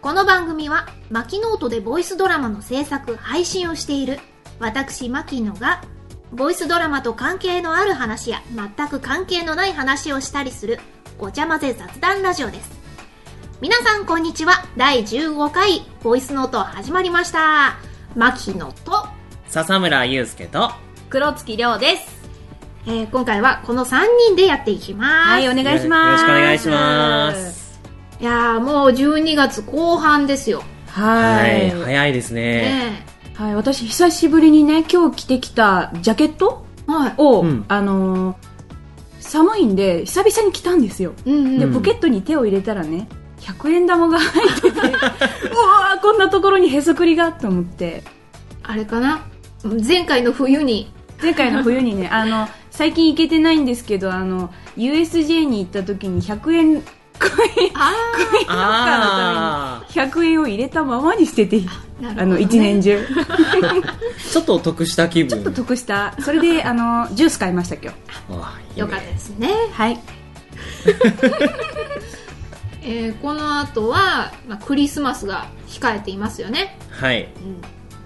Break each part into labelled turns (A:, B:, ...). A: この番組は、マキノートでボイスドラマの制作、配信をしている、私、マキノが、ボイスドラマと関係のある話や、全く関係のない話をしたりする、ごちゃ混ぜ雑談ラジオです。皆さん、こんにちは。第15回、ボイスノート始まりました。マキノと、
B: 笹村祐介と
C: 黒月亮です。
A: えー今回はこの3人でやっていきます。
C: はい、お願いします。
B: よろしくお願いします。
A: いやーもう12月後半ですよ。
B: は、
C: はいい。
B: 早いですね
A: ね
C: はい、私、久しぶりにね、今日着てきたジャケット
A: え。はい。
C: を、
B: うん
C: あのー寒いんで、久々に着たんですよ。
A: うんうん。
C: で、
B: うん
C: ポケットに手を入れたらね、100円玉が入 ってて、うわーこんなところにへそくりがと思って、
A: あれかな前回の冬に。
C: 前回の 冬にね、あの、最近行けてないんですけど、あの、USJ に行った時に100円、コイン、
A: あ
C: コインロッカーの
B: あ
C: ために100円を入れたままに捨てて、
A: あ、なるほど、ね。
C: あの、一年
A: 中。
C: 中。
B: あちょっと得した気
C: ちょっ
B: 分
C: と得した。それで、あの、ジュース買いました、今日。
B: あいいね
A: よかったですね。
C: はい。
A: えーこの後は、まあ、クリスマスが控えていますよね。
B: はい
A: うん。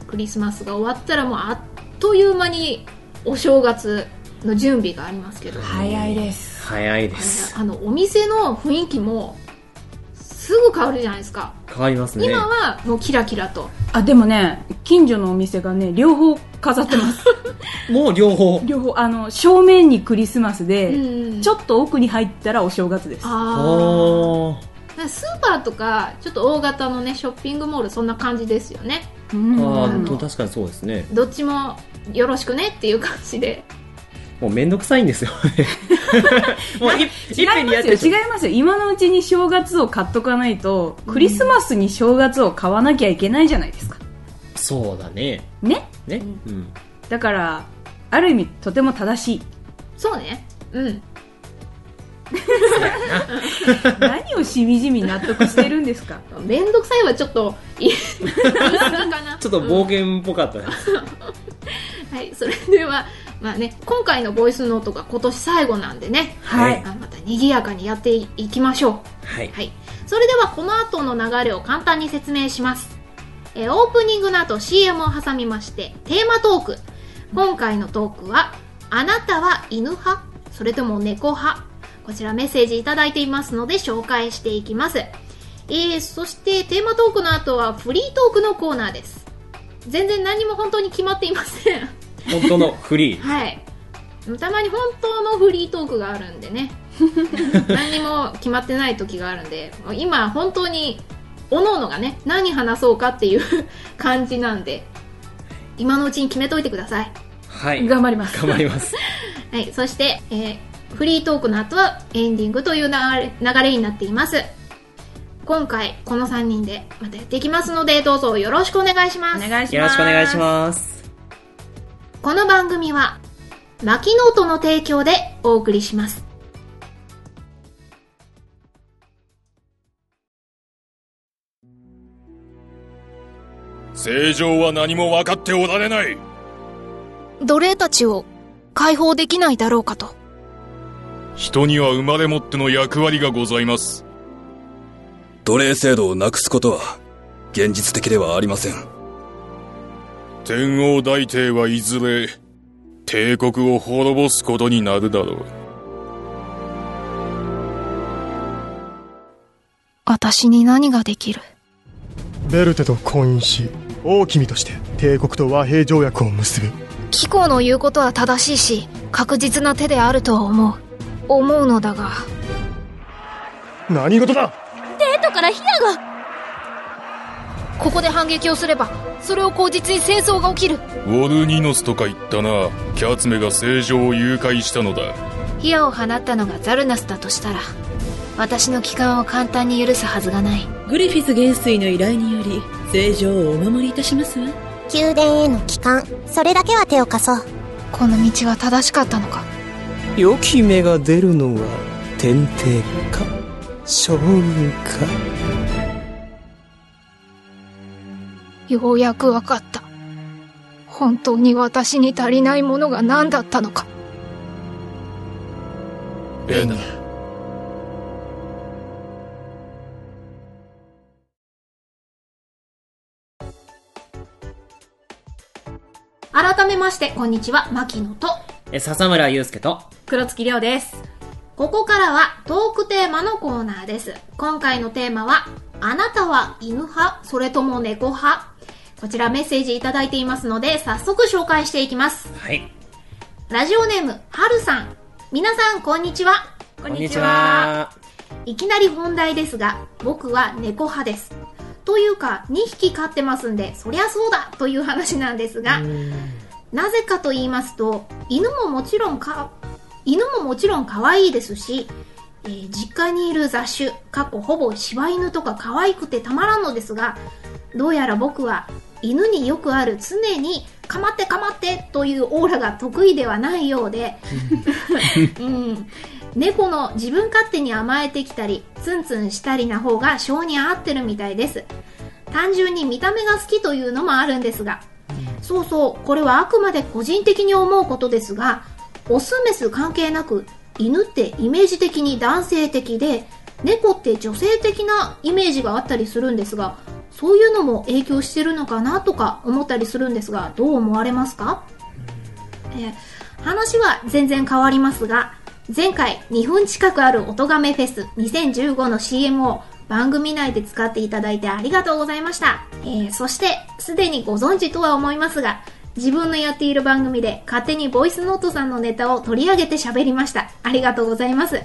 A: クリスマスが終わったらもうあっという間にお正月の準備がありますけど。
C: 早いです
B: 早いです
A: あの、お店の雰囲気もすぐ変わるじゃないですか。
B: 変わりますね
A: 今はもうキラキラと。
C: あ、でもね、近所のお店がね、両方飾ってます。
B: もう両方
C: 両方。あの、正面にクリスマス
A: う
C: で、
A: ん
C: ちょっと奥に入ったらお正月です。
A: あ
B: おー
A: あスーパーとかちょっと大型のねショッピングモールそんな感じですよね
C: うん
B: あ
A: うん
B: ーと確かにそうですね
A: どっちもよろしくねっていう感じで
B: もうめんどくさいん ですよねもういい
C: 違い
B: っぺんにやって
C: ます
B: ると
C: よ、違いますよ。今のうちに正月を買っとかないと、クリスマスに正月を買わなきゃいけないじゃないですか。
B: そうだね
C: ね。
B: ね、
A: う
B: うん
C: だから、ある意味、とても正しい。
A: そうねうん
C: 何をしみじみ納得してるんですか
A: 面倒くさいはちょっとい言い過ぎかな
B: ちょっと冒険っぽかったです、
A: はいそれではまあね今回のボイスノートが今年最後なんでね
C: はい
A: まあまた賑やかにやっていきましょう
B: はい
A: はい、それではこの後の流れを簡単に説明します、えーオープニングの後 CM を挟みましてテーマトーク今回のトークは「あなたは犬派それとも猫派?」こちらメッセージいただいていますので紹介していきます、えーそしてテーマトークの後はフリートークのコーナーです全然何も本当に決まっていません
B: 本当のフリー
A: はいたまに本当のフリートークがあるんで ね何にも決まってない時があるんでもう今本当におののがね何話そうかっていう 感じなんで今のうちに決めといてください、
B: はい頑
C: 頑張ります。
B: 張ります
A: はい、そして、えーフリートークの後はエンディングという流れ流れになっています今回この3人でまたやっていきますのでどうぞよろしくお願いします
C: 願い
B: よろしくお願いします
A: この番組は、マキノートの提供でお送りします。
D: 正常は何も分かっておられない
E: 奴隷たちを解放できないだろうかと。
D: 人には生まれ持っての役割がございます
F: 奴隷制度をなくすことは現実的ではありません。
D: 天王大帝はいずれ帝国を滅ぼすことになるだろう
E: 私に何ができる
G: ベルテと婚姻し王君として帝国と和平条約を結ぶ
E: 貴公の言うことは正しいし、確実な手であるとは思う。思うのだが。
G: 何事だ
E: テトからヒナがここで反撃をすれば、それを口実に戦争が起きる。
D: ウォルニノスとか言ったなキャツメが正常を誘拐したのだ
E: ヒアを放ったのがザルナスだとしたら、私の帰還を簡単に許すはずがない。
H: グリフィス元帥の依頼により正常をお守りいたしますわ
I: 宮殿への帰還それだけは手を貸そう
E: この道は正しかったのか。
J: 良き芽が出るのは天帝か将軍か
E: ようやくわかった。
A: 本当に私に足りないものが何だったのか
D: レナ
K: 改めましてこんにちは牧野と
B: え笹村祐介と
C: 黒月亮です
K: ここからはトークテーマのコーナーです。今回のテーマは、あなたは犬派それとも猫派こちらメッセージいただいていますので、早速紹介していきます。
B: はい
K: ラジオネーム、はるさん。皆さん、こんにちは。
C: こ
K: いきなり本題ですが、僕は猫派です。というか、2匹飼ってますんで、そりゃそうだという話なんですが、なぜかと言いますと、犬ももちろんか、犬ももちろん可愛いですし、えー実家にいる雑種、過去ほぼ柴犬とか可愛くてたまらんのですが、どうやら僕は犬によくある常に、かまってかまってというオーラが得意ではないようで、 うん、猫の自分勝手に甘えてきたりツンツンしたりな方が性に合ってるみたいです単純に見た目が好きというのもあるんですがそうそうこれはあくまで個人的に思うことですがオスメス関係なく犬ってイメージ的に男性的で猫って女性的なイメージがあったりするんですがそういうのも影響してるのかなとか思ったりするんですがどう思われますかえー話は全然変わりますが、前回2分近くある音亀フェス2015の CM を番組内で使っていただいてありがとうございました。えーそして、すでにご存知とは思いますが、自分のやっている番組で勝手にボイスノートさんのネタを取り上げて喋りました。ありがとうございます。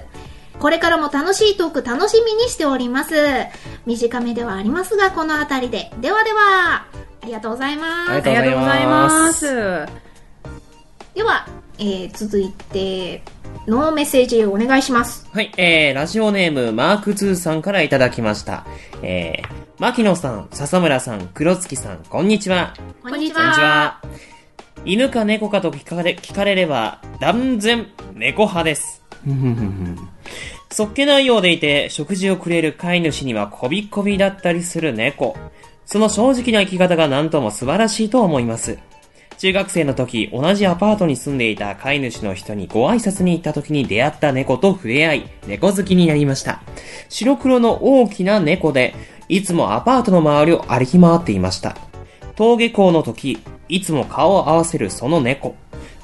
K: これからも楽しいトーク楽しみにしております。短めではありますが、このあたりで。ではでは、ありがとうございます。
B: あ
C: ありがとうございます
K: では、えー続いてのメッセージをお願いします。
B: はい、えー、ラジオネーム、マーク2さんからいただきました。えー、牧野さん、笹村さん、黒月さん、こんにちは。
K: こ
C: んにち
B: こんにちは。犬か猫かと聞かれ、聞かれれば、断然、猫派です。そっけないようでいて、食事をくれる飼い主にはこびこびだったりする猫。その正直な生き方が何とも素晴らしいと思います。中学生の時、同じアパートに住んでいた飼い主の人にご挨拶に行った時に出会った猫と触れ合い、猫好きになりました。白黒の大きな猫で、いつもアパートの周りを歩き回っていました。登下校の時、いつも顔を合わせるその猫。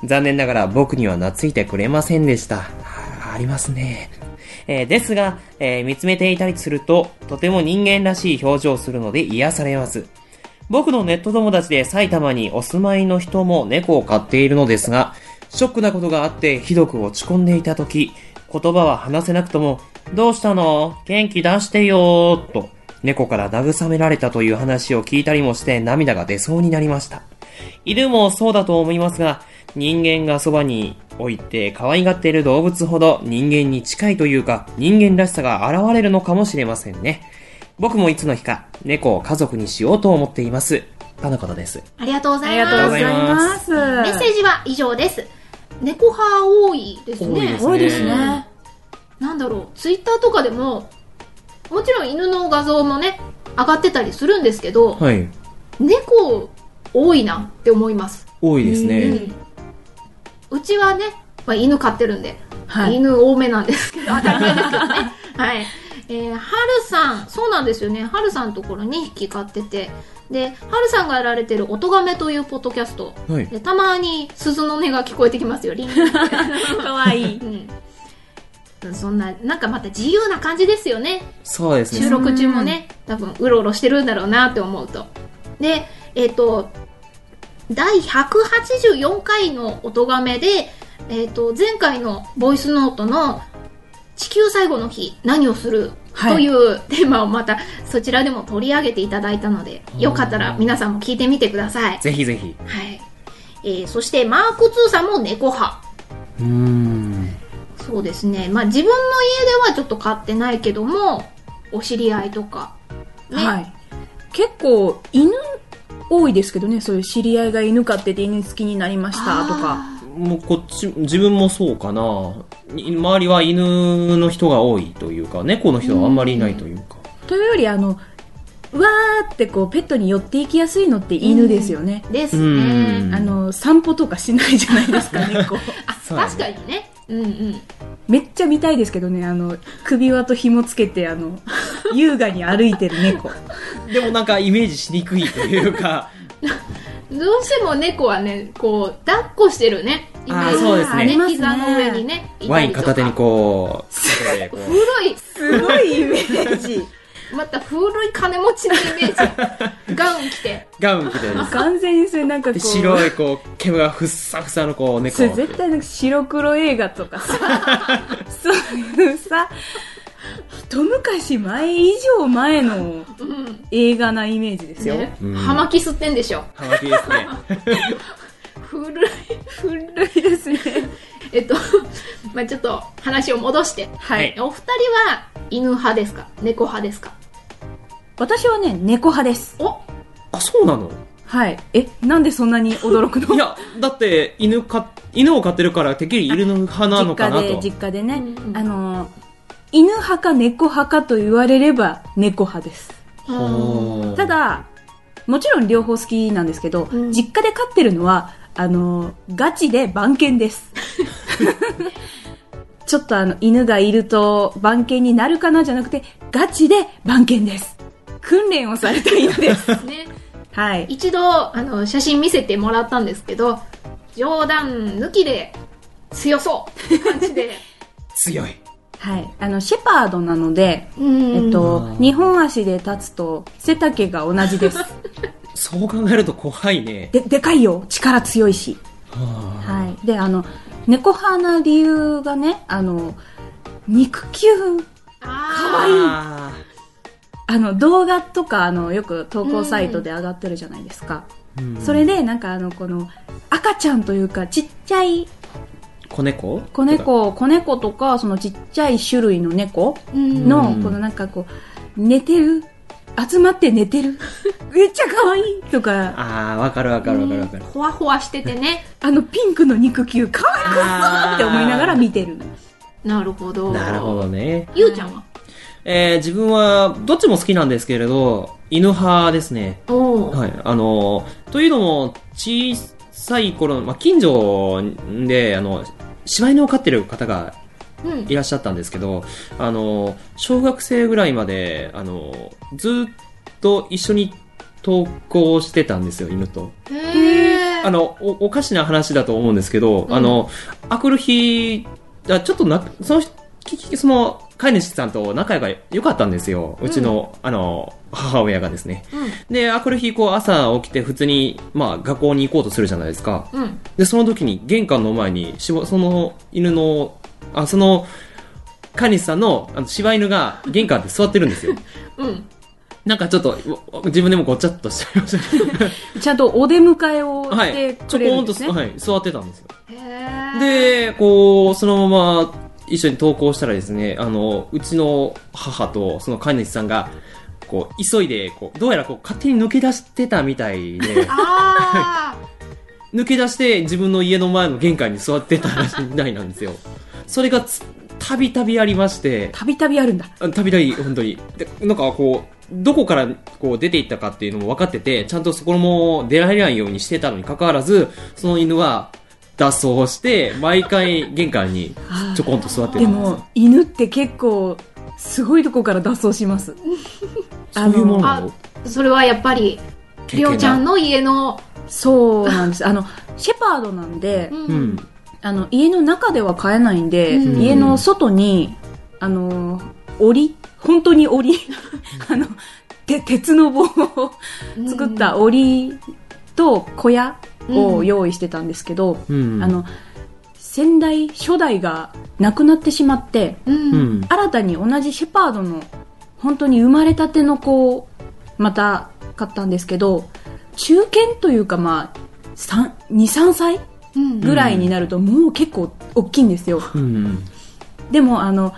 B: 残念ながら僕には懐いてくれませんでした。あありますね。えーですが、えー見つめていたりすると、とても人間らしい表情をするので癒されます。僕のネット友達で埼玉にお住まいの人も猫を飼っているのですが、ショックなことがあってひどく落ち込んでいた時、言葉は話せなくとも、どうしたの元気出してよーと、猫から慰められたという話を聞いたりもして涙が出そうになりました。犬もそうだと思いますが、人間がそばに置いて可愛がっている動物ほど人間に近いというか、人間らしさが現れるのかもしれませんね。僕もいつの日か、猫を家族にしようと思っています。かのことです。
K: ありがとうござ
C: あり
K: い
C: がとうご
K: ます。
C: ざいます
K: メッセージは以上です。猫派多いですね。
B: 多いです
C: 多いですね
K: なんだろう、ツイッターとかでも、もちろん犬の画像もね、上がってたりするんですけど、
B: はい。
K: 猫多いなって思います。
B: 多いです
K: う
B: ね。
K: んうちはね、まあ、犬飼ってるんで、
C: はい
K: 犬多めなんですけど、当たり前ですけどね。 はい。えー、はるさん、そうなんですよね。はるさんのところ2匹飼ってて、で、はるさんがやられてる音亀というポッドキャスト、
B: はい。
K: でたまに鈴の音が聞こえてきますよ、リン リンって
C: かわいい
K: うん。そんな、なんかまた自由な感じですよね。
B: そうです
K: 収
B: ね。
K: 録中もね、多分うろうろしてるんだろうなって思うと。で、えっ、と、第184回の音がめで、えっ、と、前回のボイスノートの地球最後の日、何をする
C: はい
K: というテーマをまたそちらでも取り上げていただいたので、よかったら皆さんも聞いてみてください。
B: ぜひぜひ。
K: はい。えーそしてマーク2さんも猫派。
B: うーん。
K: そうですね。まあ自分の家ではちょっと飼ってないけども、お知り合いとか。ね。
C: はい結構犬多いですけどねそういう知り合いが犬飼ってて犬好きになりましたとか
K: あ
B: もうこっち、自分もそうかな。に周りは犬の人が多いというか、猫の人はあんまりいないというか。
C: というよりあのわーってこうペットに寄っていきやすいのって犬ですよね、
K: ですね。
C: あの散歩とかしないじゃないですか 猫
K: あ、
B: そうだね
K: 確かにね。うんうん。
C: めっちゃ見たいですけどねあの首輪と紐つけてあの優雅に歩いてる猫
B: でもなんかイメージしにくいという か、
K: どうしても猫はね、こう、抱っこしてるね。イメージ
B: あそうですね
K: あれ膝の上にね、いたりとか
B: ワイン片手にこう、手でこう
K: 古い、
C: すごいイメージ
K: また古い金持ちのイメー ジ。ガウン着て。
B: ガウン着てるんです
C: 完全にそれなんかこ
B: で
C: う
B: 白いこう毛がふっさふさのこう猫
C: それ絶対なんか白黒映画と かさそういうさ一昔前以上前の
K: うん。
C: 映画なイメージですよ、
K: ね
B: うん
K: 葉巻吸ってんでしょ。
B: ハマキですね
K: 古い、古い。
C: いいですね
K: えっと、まあちょっと話を戻して。
B: はい
K: お二人は犬派ですか猫派ですか
C: 私はね猫派です
K: お
B: あそうなの
C: はいえなんでそんなに驚くの
B: いやだって犬か犬を飼ってるからてっきり犬の派なの
C: 実
B: か
C: 家
B: な
C: で
B: と
C: 実家でね、
K: うんうん
C: あの犬派か猫派かと言われれば猫派です
B: ほう
C: ただもちろん両方好きなんですけど、
K: うん
C: 実家で飼ってるのはあのガチで番犬です ちょっとあの犬がいると番犬になるかなじゃなくてガチで番犬です訓練をされた犬です
K: ね。
C: はい
K: 一度、あの、写真見せてもらったんですけど、冗談抜きで強そうって感 じで。
B: 強い
C: はいあのシェパードなので、
K: うん
C: えっと
B: うん
C: 2本足で立つと背丈が同じ です
B: そう考えると怖いね
C: ででかいよ力強いし
B: は
C: はい、であの猫派な理由がねあの肉球
K: あ
C: 可愛い
B: あ
C: あの動画とかあのよく投稿サイトで上がってるじゃないですか、
B: ーうん
C: それでなんかあのこの赤ちゃんというかちっちゃい
B: 子猫
C: 子猫子猫とかそのちっちゃい種類の猫
K: ーうん
C: の
B: うん
C: このなんかこう寝てる集まって 寝てるめっちゃ可愛いとか
B: ああわかるわかるわかるわかる
K: ほわほわしててね。
C: あのピンクの肉球可愛くそうって思いながら見てる
K: なるほど。
B: なるほどね
K: ゆうちゃんは
B: えー自分はどっちも好きなんですけれど犬派ですね
K: おお。
B: はい、あのというのも小さい頃、まあ、近所であの柴犬を飼ってる方が
K: うん
B: い。らっしゃったんですけどあの小学生ぐらいまであのずっと一緒に登校してたんですよ犬と
K: へ
B: あ
K: ー
B: のおおかしな話だと思うんですけど、あのあくる日あちょっとなその人ききその飼い主さんと仲が良かったんですようちの,、あの母親がですねで、あくる日、こう、朝起きて、普通に、まあ、学校に行こうとするじゃないですか。
K: うん。うん。
B: で、その時に、玄関の前に、しばその犬の、あ、その、飼い主さんの、あの、柴犬が、玄関で座ってるんです よ。
K: うん。
B: なんかちょっと、わ自分でもごちゃっとしちゃいました け
C: ちゃんとお出迎えを
B: ど。は
C: し
B: い
C: て。
B: ちょ
C: くれ
B: こ
C: る
B: ん
C: ん
B: と、
C: ですすね、
B: はい、座ってたんですよ。
K: へー、、
B: で、こう、そのまま一緒に登校したらですね、あの、うちの母とその飼い主さんが、こう、急いで、こう、どうやらこう、勝手に抜け出してたみたいで
K: ああ。
B: 抜け出して自分の家の前の玄関に座ってたらしいみたいなんですよ。それがつ、たびたびありまして、
C: たびたびあるんだ
B: あたびたび、本当に。で、なんかこう、どこからこう出ていったかっていうのも分かってて、ちゃんとそこも出られないようにしてたのに関わらず、その犬は脱走して、毎回玄関にちょこんと座って
C: で
B: るんですよ
C: も犬って結構すごいとこから脱走します
B: そういうものなの
K: それはやっぱり、りょうちゃんの家の、
C: そうなんですあのシェパードなんで
K: うん
B: うん。
C: あの家の中では飼えないんで、
K: うん
C: 家の外にあの檻本当に檻あのて鉄の棒を作った檻と小屋を用意してたんですけど、
B: うん。
C: あ、の先代初代が亡くなってしまって
K: うん。
B: う
K: うん。
B: ん。
C: 新たに同じシェパードの本当に生まれたての子をまた買ったんですけど中堅というかまあ23歳
K: うん。
C: ぐらいになるともう結構大きいんですよ、
B: うん。
C: でもあの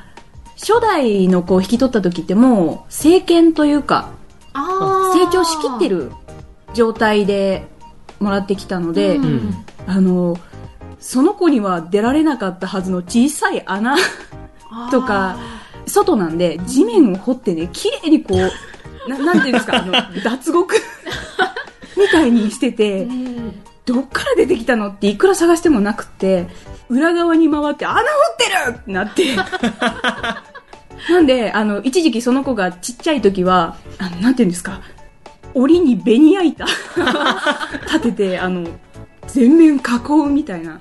C: 初代の子を引き取った時ってもう成犬というか
K: ああ。
C: 成長しきってる状態でもらってきたので、
K: う
B: うんん。
C: あのその子には出られなかったはずの小さい穴
K: あー
C: とか外なんで地面を掘ってね綺麗にこうななんていうんですか、あの、脱獄みたいにしてて、どっから出てきたのっていくら探してもなくて、裏側に回って穴掘ってるってなって。なんで、あの、一時期その子がちっちゃい時は、あの、なんていうんですか、檻にベニヤ板立てて、あの、全面囲うみたいな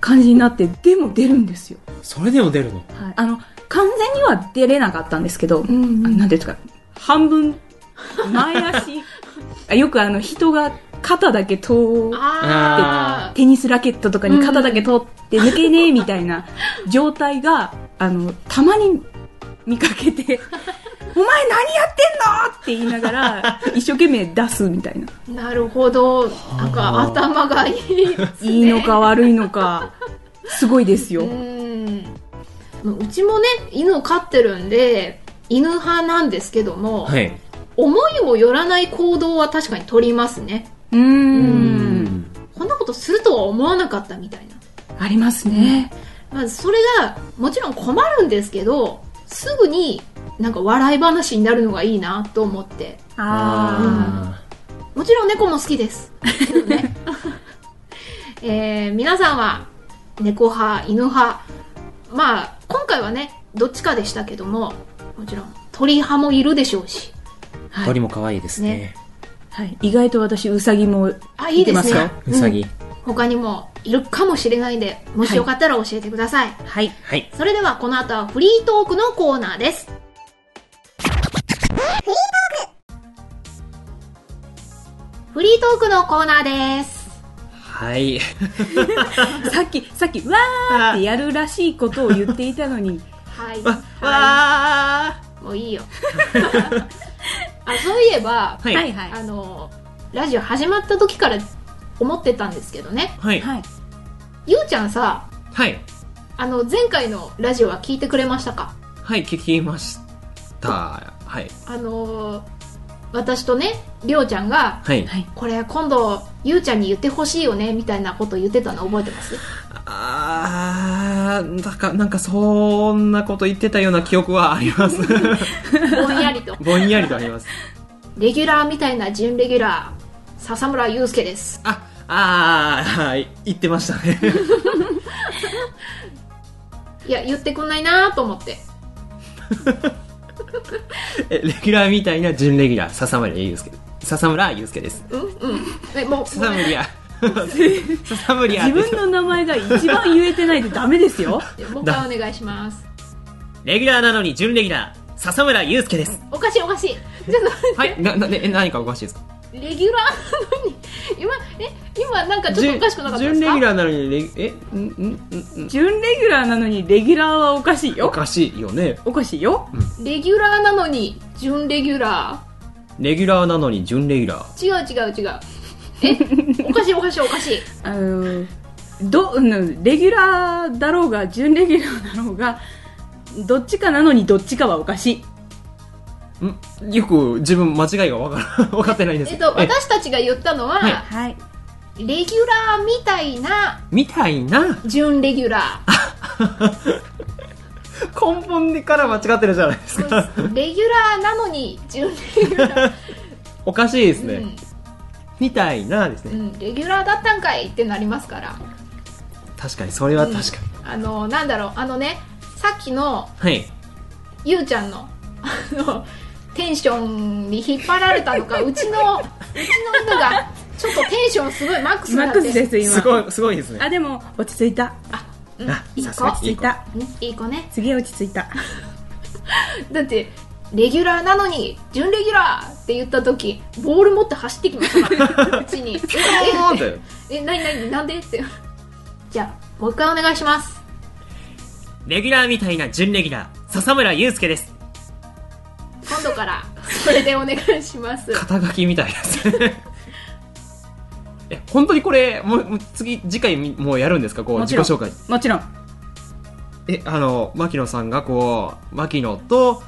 C: 感じになって、でも出るんですよ。
B: それでも出るの
C: はい、あの完全には出れなかったんですけど、あのなんていうんですか半分前足あよくあの人が肩だけ通
K: あ
C: テニスラケットとかに肩だけ通って抜けねえみたいな状態があのたまに見かけて「お前何やってんの!」って言いながら一生懸命出すみたいな
K: あなるほどなんか頭がいいですね
C: いいのか悪いのかすごいですよ
K: う。んうちもね犬を飼ってるんで犬派なんですけども、
B: はい。
K: 思いもよらない行動は確かに取りますね
C: うーん
K: こんなことするとは思わなかったみたいな
C: ありますね。
K: まあ、それがもちろん困るんですけどすぐになんか笑い話になるのがいいなと思って
C: あ
K: もちろん猫も好き ですけどね、えー皆さんは猫派犬派まあ今回はねどっちかでしたけどももちろん鳥派もいるでしょうし
C: はい
B: 鳥も可愛いですね。
C: ー、はい、意外と私ウサギも
K: あいいです
C: いけ
K: ね
C: ま
B: うさぎ。
K: 他にもいるかもしれないんでもしよかったら教えてください、
C: はい
B: はい。
K: それではこの後はフリートークのコーナーですフリートークのコーナーです
B: はい。
C: さっき、さっき、わーってやるらしいことを言っていたのに、
K: はい
B: わ
K: もういいよ あそういえば、
B: ーはい。
C: は
K: あのラジオ始まった時から思ってたんですけどね
B: はい
C: い。。はい。
K: ゆうちゃんさ
B: はい。
K: あの前回のラジオは聞いてくれましたか
B: はい、聞きました。はい。
K: あのー私とねりょうちゃんが
B: はい。
C: はい
K: これ今度ゆうちゃんに言ってほしいよねみたいなこと言ってたの覚えて ます
B: あー、なんか、なんかそんなこと言ってたような記憶はあります。
K: ぼんやりと
B: ぼんやりとあります。
K: レギュラーみたいな準レギュラー笹村祐介です
B: あ、あー、はい。言ってましたね。
K: いや言ってくんないなと思って
B: えレギュラーみたいな準レギュラー、笹村祐介。笹村祐介です。
K: うんうんえもう
B: 笹村 や。笹村や
C: 自。分の名前が一番言えてないとダメですよ。
K: もう一回お願いします
B: レギュラーなのに準レギュラー、笹村祐介です。
K: おかしいお かしいちょっと
B: はい。な、な、え、何かおかしいですか
K: レギュラーなのに 今え今なんかちょっとおかしくなかったです
B: 準レギュ
K: か
B: ラーなのにレギえんんんん
C: 準レギュラーなのにレギュラーはおかしい
B: お
C: よ。
B: かしいよね
C: おかしいよ。
K: レギュラーなのに準レギュラ
B: レギュラーなのに準レギュラー
K: ー違う違う違う えおかしいおかしいおかしい
C: あの、ど、うんレギュラーだろうが、準レギュラーだろうが、どっちかなのにどっちかはおかしい。
B: んよく自分間違いが わから分かってないんです
K: えっと
B: え
K: 私たちが言ったのは、
B: はい
C: はい。
K: レギュラーみたいな
B: みたいな
K: 準レギュラー
B: 根本でから間違ってるじゃないですか
K: レギュラーなのに準レギュラー、
B: おかしいですね、
K: うん
B: みたいなです
K: う
B: ね
K: ん、レギュラーだったんかいってなりますから
B: 確かにそれは確かに、
K: あのなんだろうあのねさっきの
B: はい
K: ゆうちゃんのあのテンションに引っ張られたのかうちのうちの犬がちょっとテンションすごいマックスに
C: マ
K: な
C: ッ
K: って
C: クスです、今。
B: すごいすごいですね
C: あ、でも、落ち着いた。
K: うん
B: あ
K: いい
B: さすが
K: 子
C: 落ち着いた。
K: うんいい子ね
C: すげえ落ち着いた。
K: だってレギュラーなのに準レギュラーって言った時ボール持って走ってきましたからうちに
B: そうだよ
K: えなになになんでってじゃあもう一回お願いします
B: レギュラーみたいな準レギュラー笹村祐介です
K: 今度からそれでお願いします
B: 肩書きみたいですね え本当にこれもうもう次次回みもうやるんですかこう
C: もち
B: 自己
C: ろ
B: 紹
C: ん
B: 介
C: もちろん。
B: えあの牧野さんがこう牧野と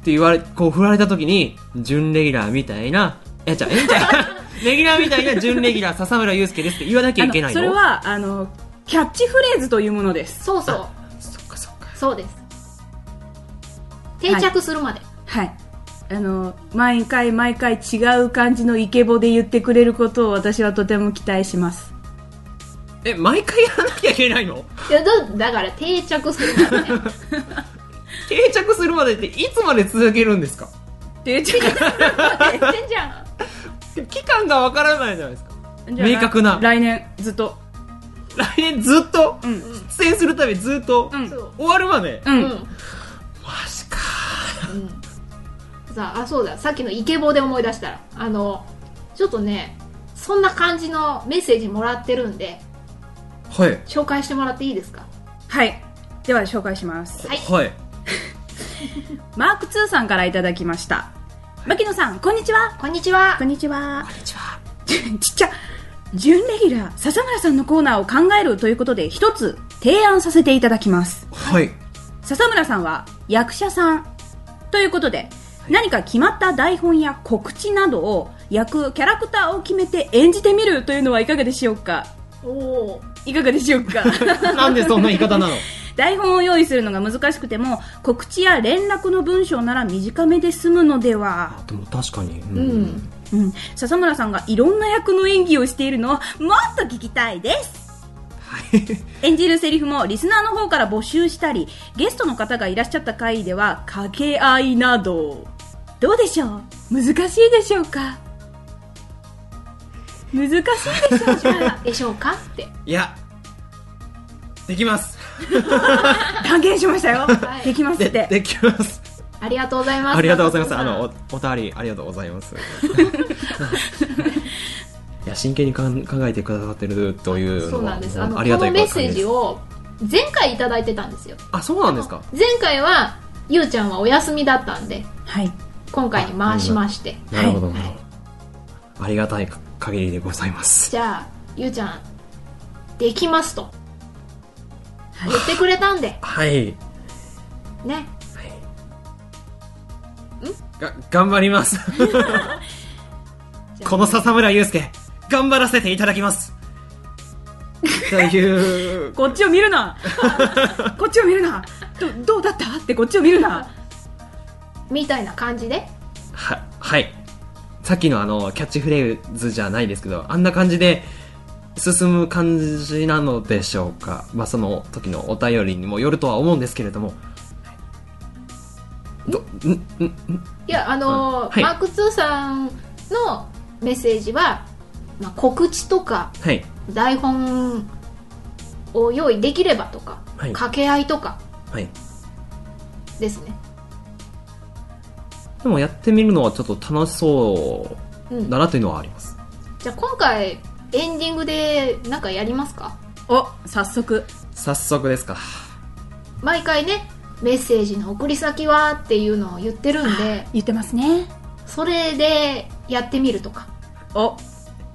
B: って言われこう振られた時に準レギュラーみたいなえじゃあえじゃあ レギュラーみたいな準レギュラー笹村祐介ですって言わなきゃいけないの
C: あのそれはあのキャッチフレーズというものです
K: そうそう
B: そっかそっか
K: そうです定着するまで、
C: はいあの毎回毎回違う感じのイケボで言ってくれることを私はとても期待します
B: え、毎回やらなきゃいけないの
K: いやだだから定着するからね
B: 定着するまでっていつまで続けるんですか
C: 定着
K: 全然じゃん
B: 期間がわからないじゃないですか。
C: じゃあ
B: 明確な
C: 来年ずっと
B: 来年ずっと、
C: うん
B: 出演するたびずっと、
C: うん
K: そう
B: 終わるまで。
C: う、
K: うんん、うん
B: マジか。
K: さああそうださっきのイケボで思い出したらあのちょっとねそんな感じのメッセージもらってるんで
B: はい。
K: 紹介してもらっていいですか
C: はいでは紹介します
K: はい
B: はい。
C: マーク2さんからいただきました牧野さんこんにちは
K: こんにちは
C: こんにちはこんにちは ちっちゃ準レギュラー笹村さんのコーナーを考えるということで一つ提案させていただきます
B: はい。
C: 笹村さんは役者さんということで何か決まった台本や告知などを役キャラクターを決めて演じてみるというのはいかがでしょうか
K: おお
C: いかがでしょうか
B: なんでそんな言い方なの
C: 台本を用意するのが難しくても告知や連絡の文章なら短めで済むのでは、
J: でも確かに、
K: ーうん
C: うん、笹村さんがいろんな役の演技をしているのをもっと聞きたいです演じるセリフもリスナーの方から募集したりゲストの方がいらっしゃった回では掛け合いなどどうでしょう難しいでしょうか難しいでしょうか
K: でしょうかって
B: いや、できます。
C: 断言しましたよ、
K: はい
C: できます
B: で、
C: って
B: できます。
K: ありがとうございます
B: ありがとうございます。あ
K: 中
B: の
K: 田、
B: お、おたわりありがとうござい ます。いや、真剣にかん考えてくださってるとい
K: さん
B: う
K: そう
B: の
K: な
B: は、
K: んです
B: もう
K: あの
B: ありが
K: こ
B: たい
K: のメッセージ
B: 限り
K: を前回いただいてたんですよ
B: です。あ、そうなんですか。
K: 前回はゆうちゃんはお休みだったんで
C: はい
K: 今回に回しまして
B: なるほど、なるほど。ありがたい限りでございます。
K: じゃあゆうちゃんできますと言ってくれたんで
B: はい。
K: ね
B: が、頑張ります。
K: じゃあ
B: この笹村祐介、頑張らせていただきます。という、
C: こっちを見る なこっちを見るなどどうだったってこっちを見るな
K: みたいな感じで
B: は、はい。さっきのあの、キャッチフレーズじゃないですけど、あんな感じで、進む感じなのでしょうか。まあ、その時のお便りにもよるとは思うんですけれども。ど、ん、ん、ん
K: いやあのー
B: あはい
K: マーク2さんのメッセージは、まあ、告知とか
B: はい。
K: 台本を用意できればとか、
B: はい
K: 掛け合いとか
B: はい。
K: ですね、
B: でもやってみるのはちょっと楽しそう
K: うん、
B: だなというのはあります。
K: じゃあ今回エンディングでなんかやりますか
C: お早速
B: 早速ですか。
K: 毎回ねメッセージの送り先はっていうのを言ってるんで
C: 言ってますね
K: それでやってみるとか
C: お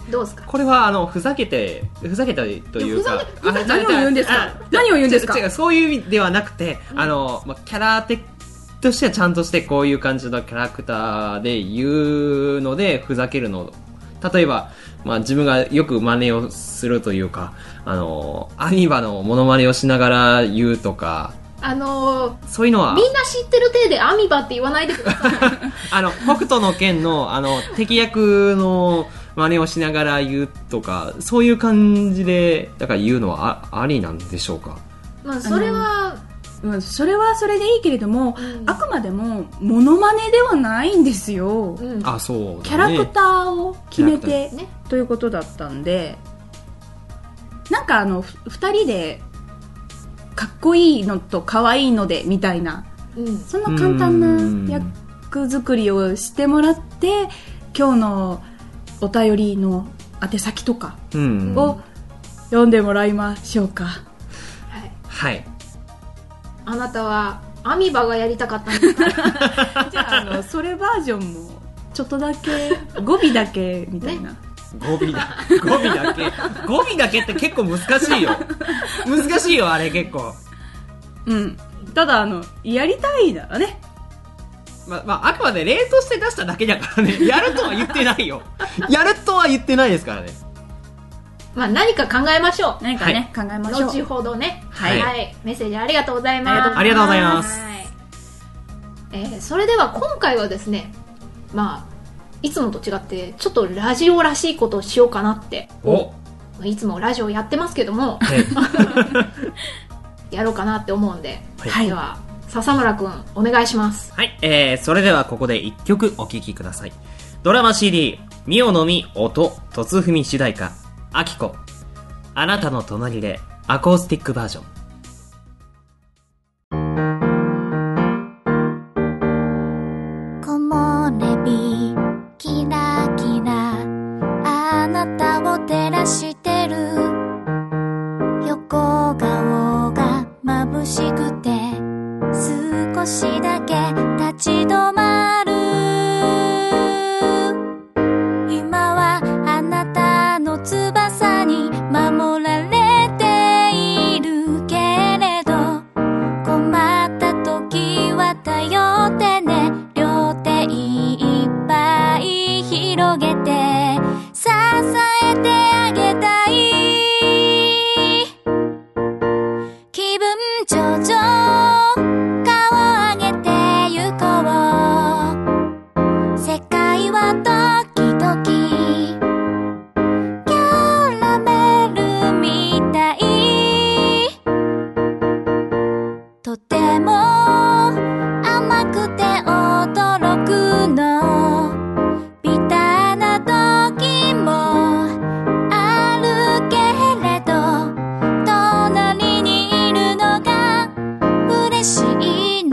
K: どうですか
B: これはあのふざけてふざけたりというか
K: いやふざけ
B: あ
C: 何を言うんですか
B: あ
C: 何を言うんですか
B: 違う違うそういう意味ではなくて、あのまあキャラ的としてはちゃんとしてこういう感じのキャラクターで言うのでふざけるの例えば、まあ、自分がよく真似をするというかあのアニバのモノマネをしながら言うとか
K: あのー
B: そういうのは
K: みんな知ってる体でアミバって言わないでください
B: あの北斗の拳のあの敵役の真似をしながら言うとかそういう感じでだから言うのはあありなんでしょうか
K: まあそれは、
C: うん、それはそれでいいけれども、
K: うん
C: あくまでもモノマネではないんですよ、
K: うん
B: あそう
C: キャラクターを決めて、
K: ね
C: ということだったんでなんかあのふ二人でかっこいいのと可愛いのでみたいな
K: うん
C: そんな簡単な役作りをしてもらって今日のお便りの宛先とか
B: ターうん
C: を読んでもらいましょうか、
K: はい、
B: はい
K: あなたはアミバがやりたかったんですか
C: じゃああのそれバージョンもちょっとだけ語尾だけみたいな、
B: 語尾だ語尾だけ語尾だけって結構難しいよ難しいよあれ結構
C: うんただあのやりたいならね
B: ままあ、あくまで例として出しただけだからねやるとは言ってないよやるとは言ってないですからね
K: まあ何か考えましょう
C: 何かね、考えましょう
K: 後ほどね
B: はい
K: メッセージありがとうございます
B: ありがとうございます
K: はいえーそれでは今回はですねまあいつもと違ってちょっとラジオらしいことをしようかなって
B: お
K: いつもラジオやってますけどもやろうかなって思うんで、
B: はい
K: では笹村くんお願いします
B: はい、えー、それではここで一曲お聴きください。ドラマ CD、ミオのみ音、突踏み主題歌、アキコ、あなたの隣で、アコースティックバージョン。
I: 木漏れ日キラキラあなたを照らしてる横顔が眩しくて少しだけ立ち止まる今はあなたの翼に守られているけれど困った時は頼ってね両手いっぱい広げて支えてあげたい気分上々顔上げてゆこう世界は時々キャラメルみたいとても甘くて驚くのビターな時もあるけれど隣にいるのが嬉しいの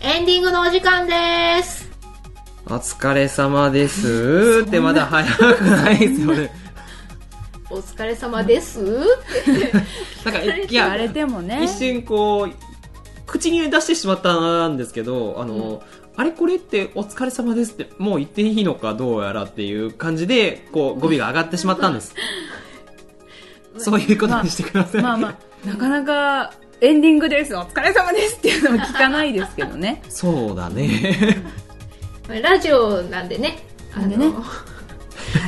K: エンディングのお時間です
B: お疲れ様ですってまだ早くないですよね。
K: お疲れ様です、
B: なんか、い
C: 言わ
B: や、
C: れてもね
B: 一瞬こう、口に出してしまったんですけど、あの、あれこれってお疲れ様ですってもう言っていいのかどうやらっていう感じで、こう、語尾が上がってしまったん です。そういうことにしてください。
C: まあまあなかなかエンディングですお疲れ様ですっていうのは聞かないですけどね
B: そうだね。
K: ラジオなんでねあの
C: なん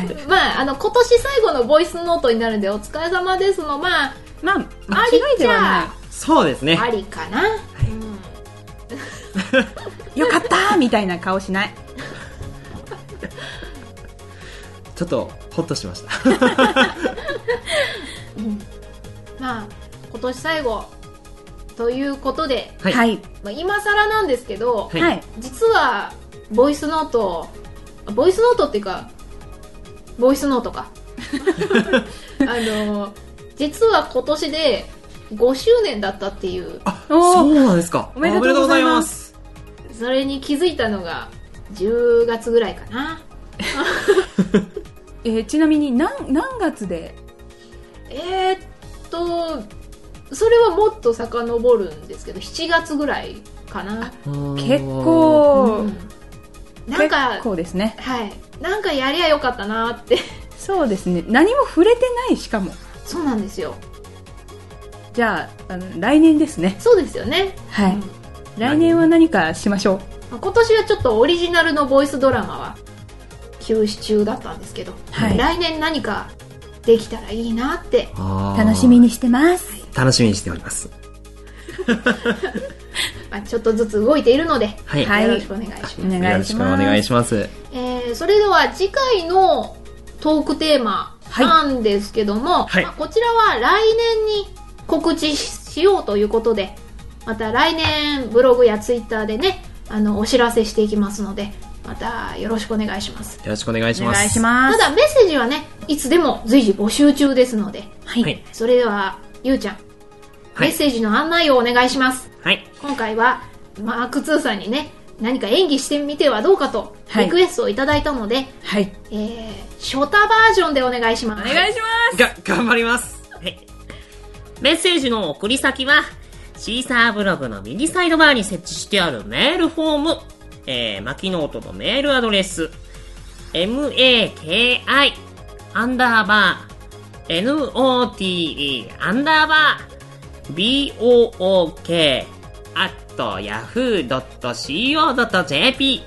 C: でね
K: まああの今年最後のボイスノートになるんでお疲れ様ですのまあ
C: まあ
K: あ
C: 間
K: り
C: 違い
K: じ
C: では
K: ゃ
C: な
K: あ
B: そうですね。
K: ありかな、
C: いよかったーみたいな顔しない
B: ちょっと、ほっとしました。
K: まあ今年最後ということで、
B: はい。
C: はい
K: まあ、今更なんですけど、
B: はい
C: はい
K: 実はボイスノートボイスノートっていうかボイスノー トかあの実は今年で5周年だったっていう
B: あ、
C: おー
B: そうなんですか。
C: おめでとうございます。
K: それに気づいたのが10月ぐらいかな
C: えーちなみに何何月で
K: えー、っとそれはもっと遡るんですけど7月ぐらいかな
B: おめでと
C: 結
B: うございます。
C: 構、
K: なんか
C: 結構ですね
K: はいなんかやりゃよかったなって
C: そうですね何も触れてないしかも
K: そうなんですよ
C: じゃああの来年ですね
K: そうですよね
C: はい、
K: うん
C: 来年は何かしましょう
K: まあ今年はちょっとオリジナルのボイスドラマは休止中だったんですけど、
C: はい
K: 来年何かできたらいいなって
B: あー
C: 楽しみ。にしてます
B: 楽しみにしております。
K: まあ、ちょっとずつ動いているので、
B: はい。
C: はい
K: よろしくお願いします、
C: お願いします
B: よろしくお願いします。
K: えーそれでは次回のトークテーマ
C: はい
K: なんですけども、
B: はい
K: まあこちらは来年に告知しようということでまた来年ブログやツイッターでねあのお知らせしていきますのでまたよろしくお願いします
B: よろしくお願いし
C: お
B: ます。
C: 願いしたま
K: た
C: す
K: だメッセージはねいつでも随時募集中ですので
C: はい、
B: はい。
K: それではゆうちゃん
B: は
K: メッ
B: い。
K: セージの案内をお願いします、
B: はい。
K: 今回はマーク2さんにね何か演技してみてはどうかと
C: はい
K: リクエストをいただいたので、
C: はい、
K: えー、ショタバージョンでお願いします
C: お願いします
B: が、頑張ります。はい。メッセージの送り先は、シーサーブログの右サイドバーに設置してあるメールフォーム、えー、マキノートのメールアドレス、maki、アンダーバー、note、アンダーバー、book、アット、yahoo.co.jp、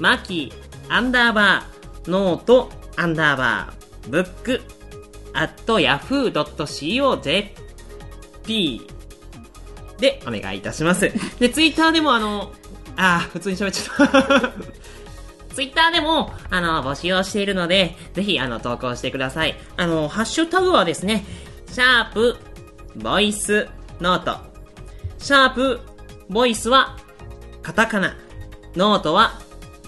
B: マキ、アンダーバー、ノート、アンダーバー、ブック、アット、yahoo.co.jp で、お願いいたします。 で、ツイッターでもあの、あー、普通に喋っち ゃった。ツイッターでも、あの、募集をしているので、ぜひ、あの、投稿してください。あの、ハッシュタグはですね、シャープ、ボイス、ノート。シャープ、ボイスは、カタカナ。ノートは、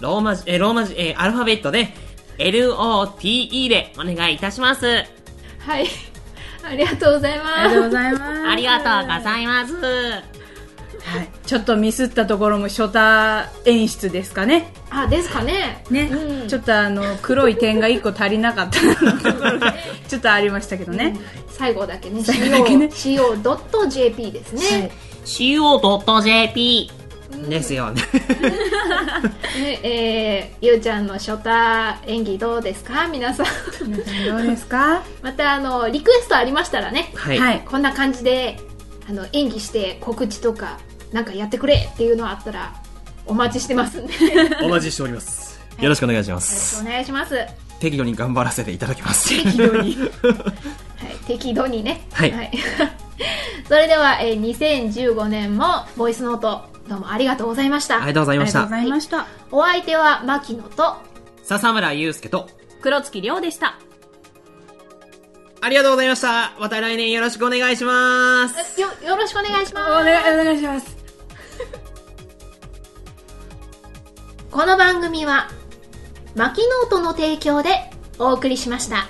B: ローマ字、え、ローマ字、え、アルファベットで、LOTE でお願いいたします。
K: はい。 ありがとうございます。
C: ありがとうございます
B: ありがとうございます。
C: ちょっとミスったところもショタ演出ですかね。
K: あ、ですかね。
C: ね、ちょっとあの黒い点が一個足りなかったちょっとありましたけどね。
K: 最後だけね、
C: 最後だけね
K: CO CO.jp ですね。
B: co.jp ですよね。
K: ねえー、ゆうちゃんのショタ演技どうですか皆さん。
C: 皆さんどうですか
K: また、あの、リクエストありましたらね、
C: はいはい
K: こんな感じで、あの、演技して告知とか、なんかやってくれっていうのあったら、お待ちしてますんで。 よろ
L: お待ちしております。よろしくお願いしま
K: し
L: す
K: く。お願いします。はい、
L: 適度に頑張らせていただきます。
K: 適度にね。
L: はい
K: それでは、えー、2015年も、ボイスノート、どうもありがとうございました。
B: ありがとうございましたありが
K: とうございました。お相手は、牧野と、
M: 笹村祐介と、
C: 黒月亮でした。
M: ありがとうございました。また来年よろしくお願いします。
K: よよろしくお願いします
C: お願いお願いします
K: この番組はマキノートの提供でお送りしました。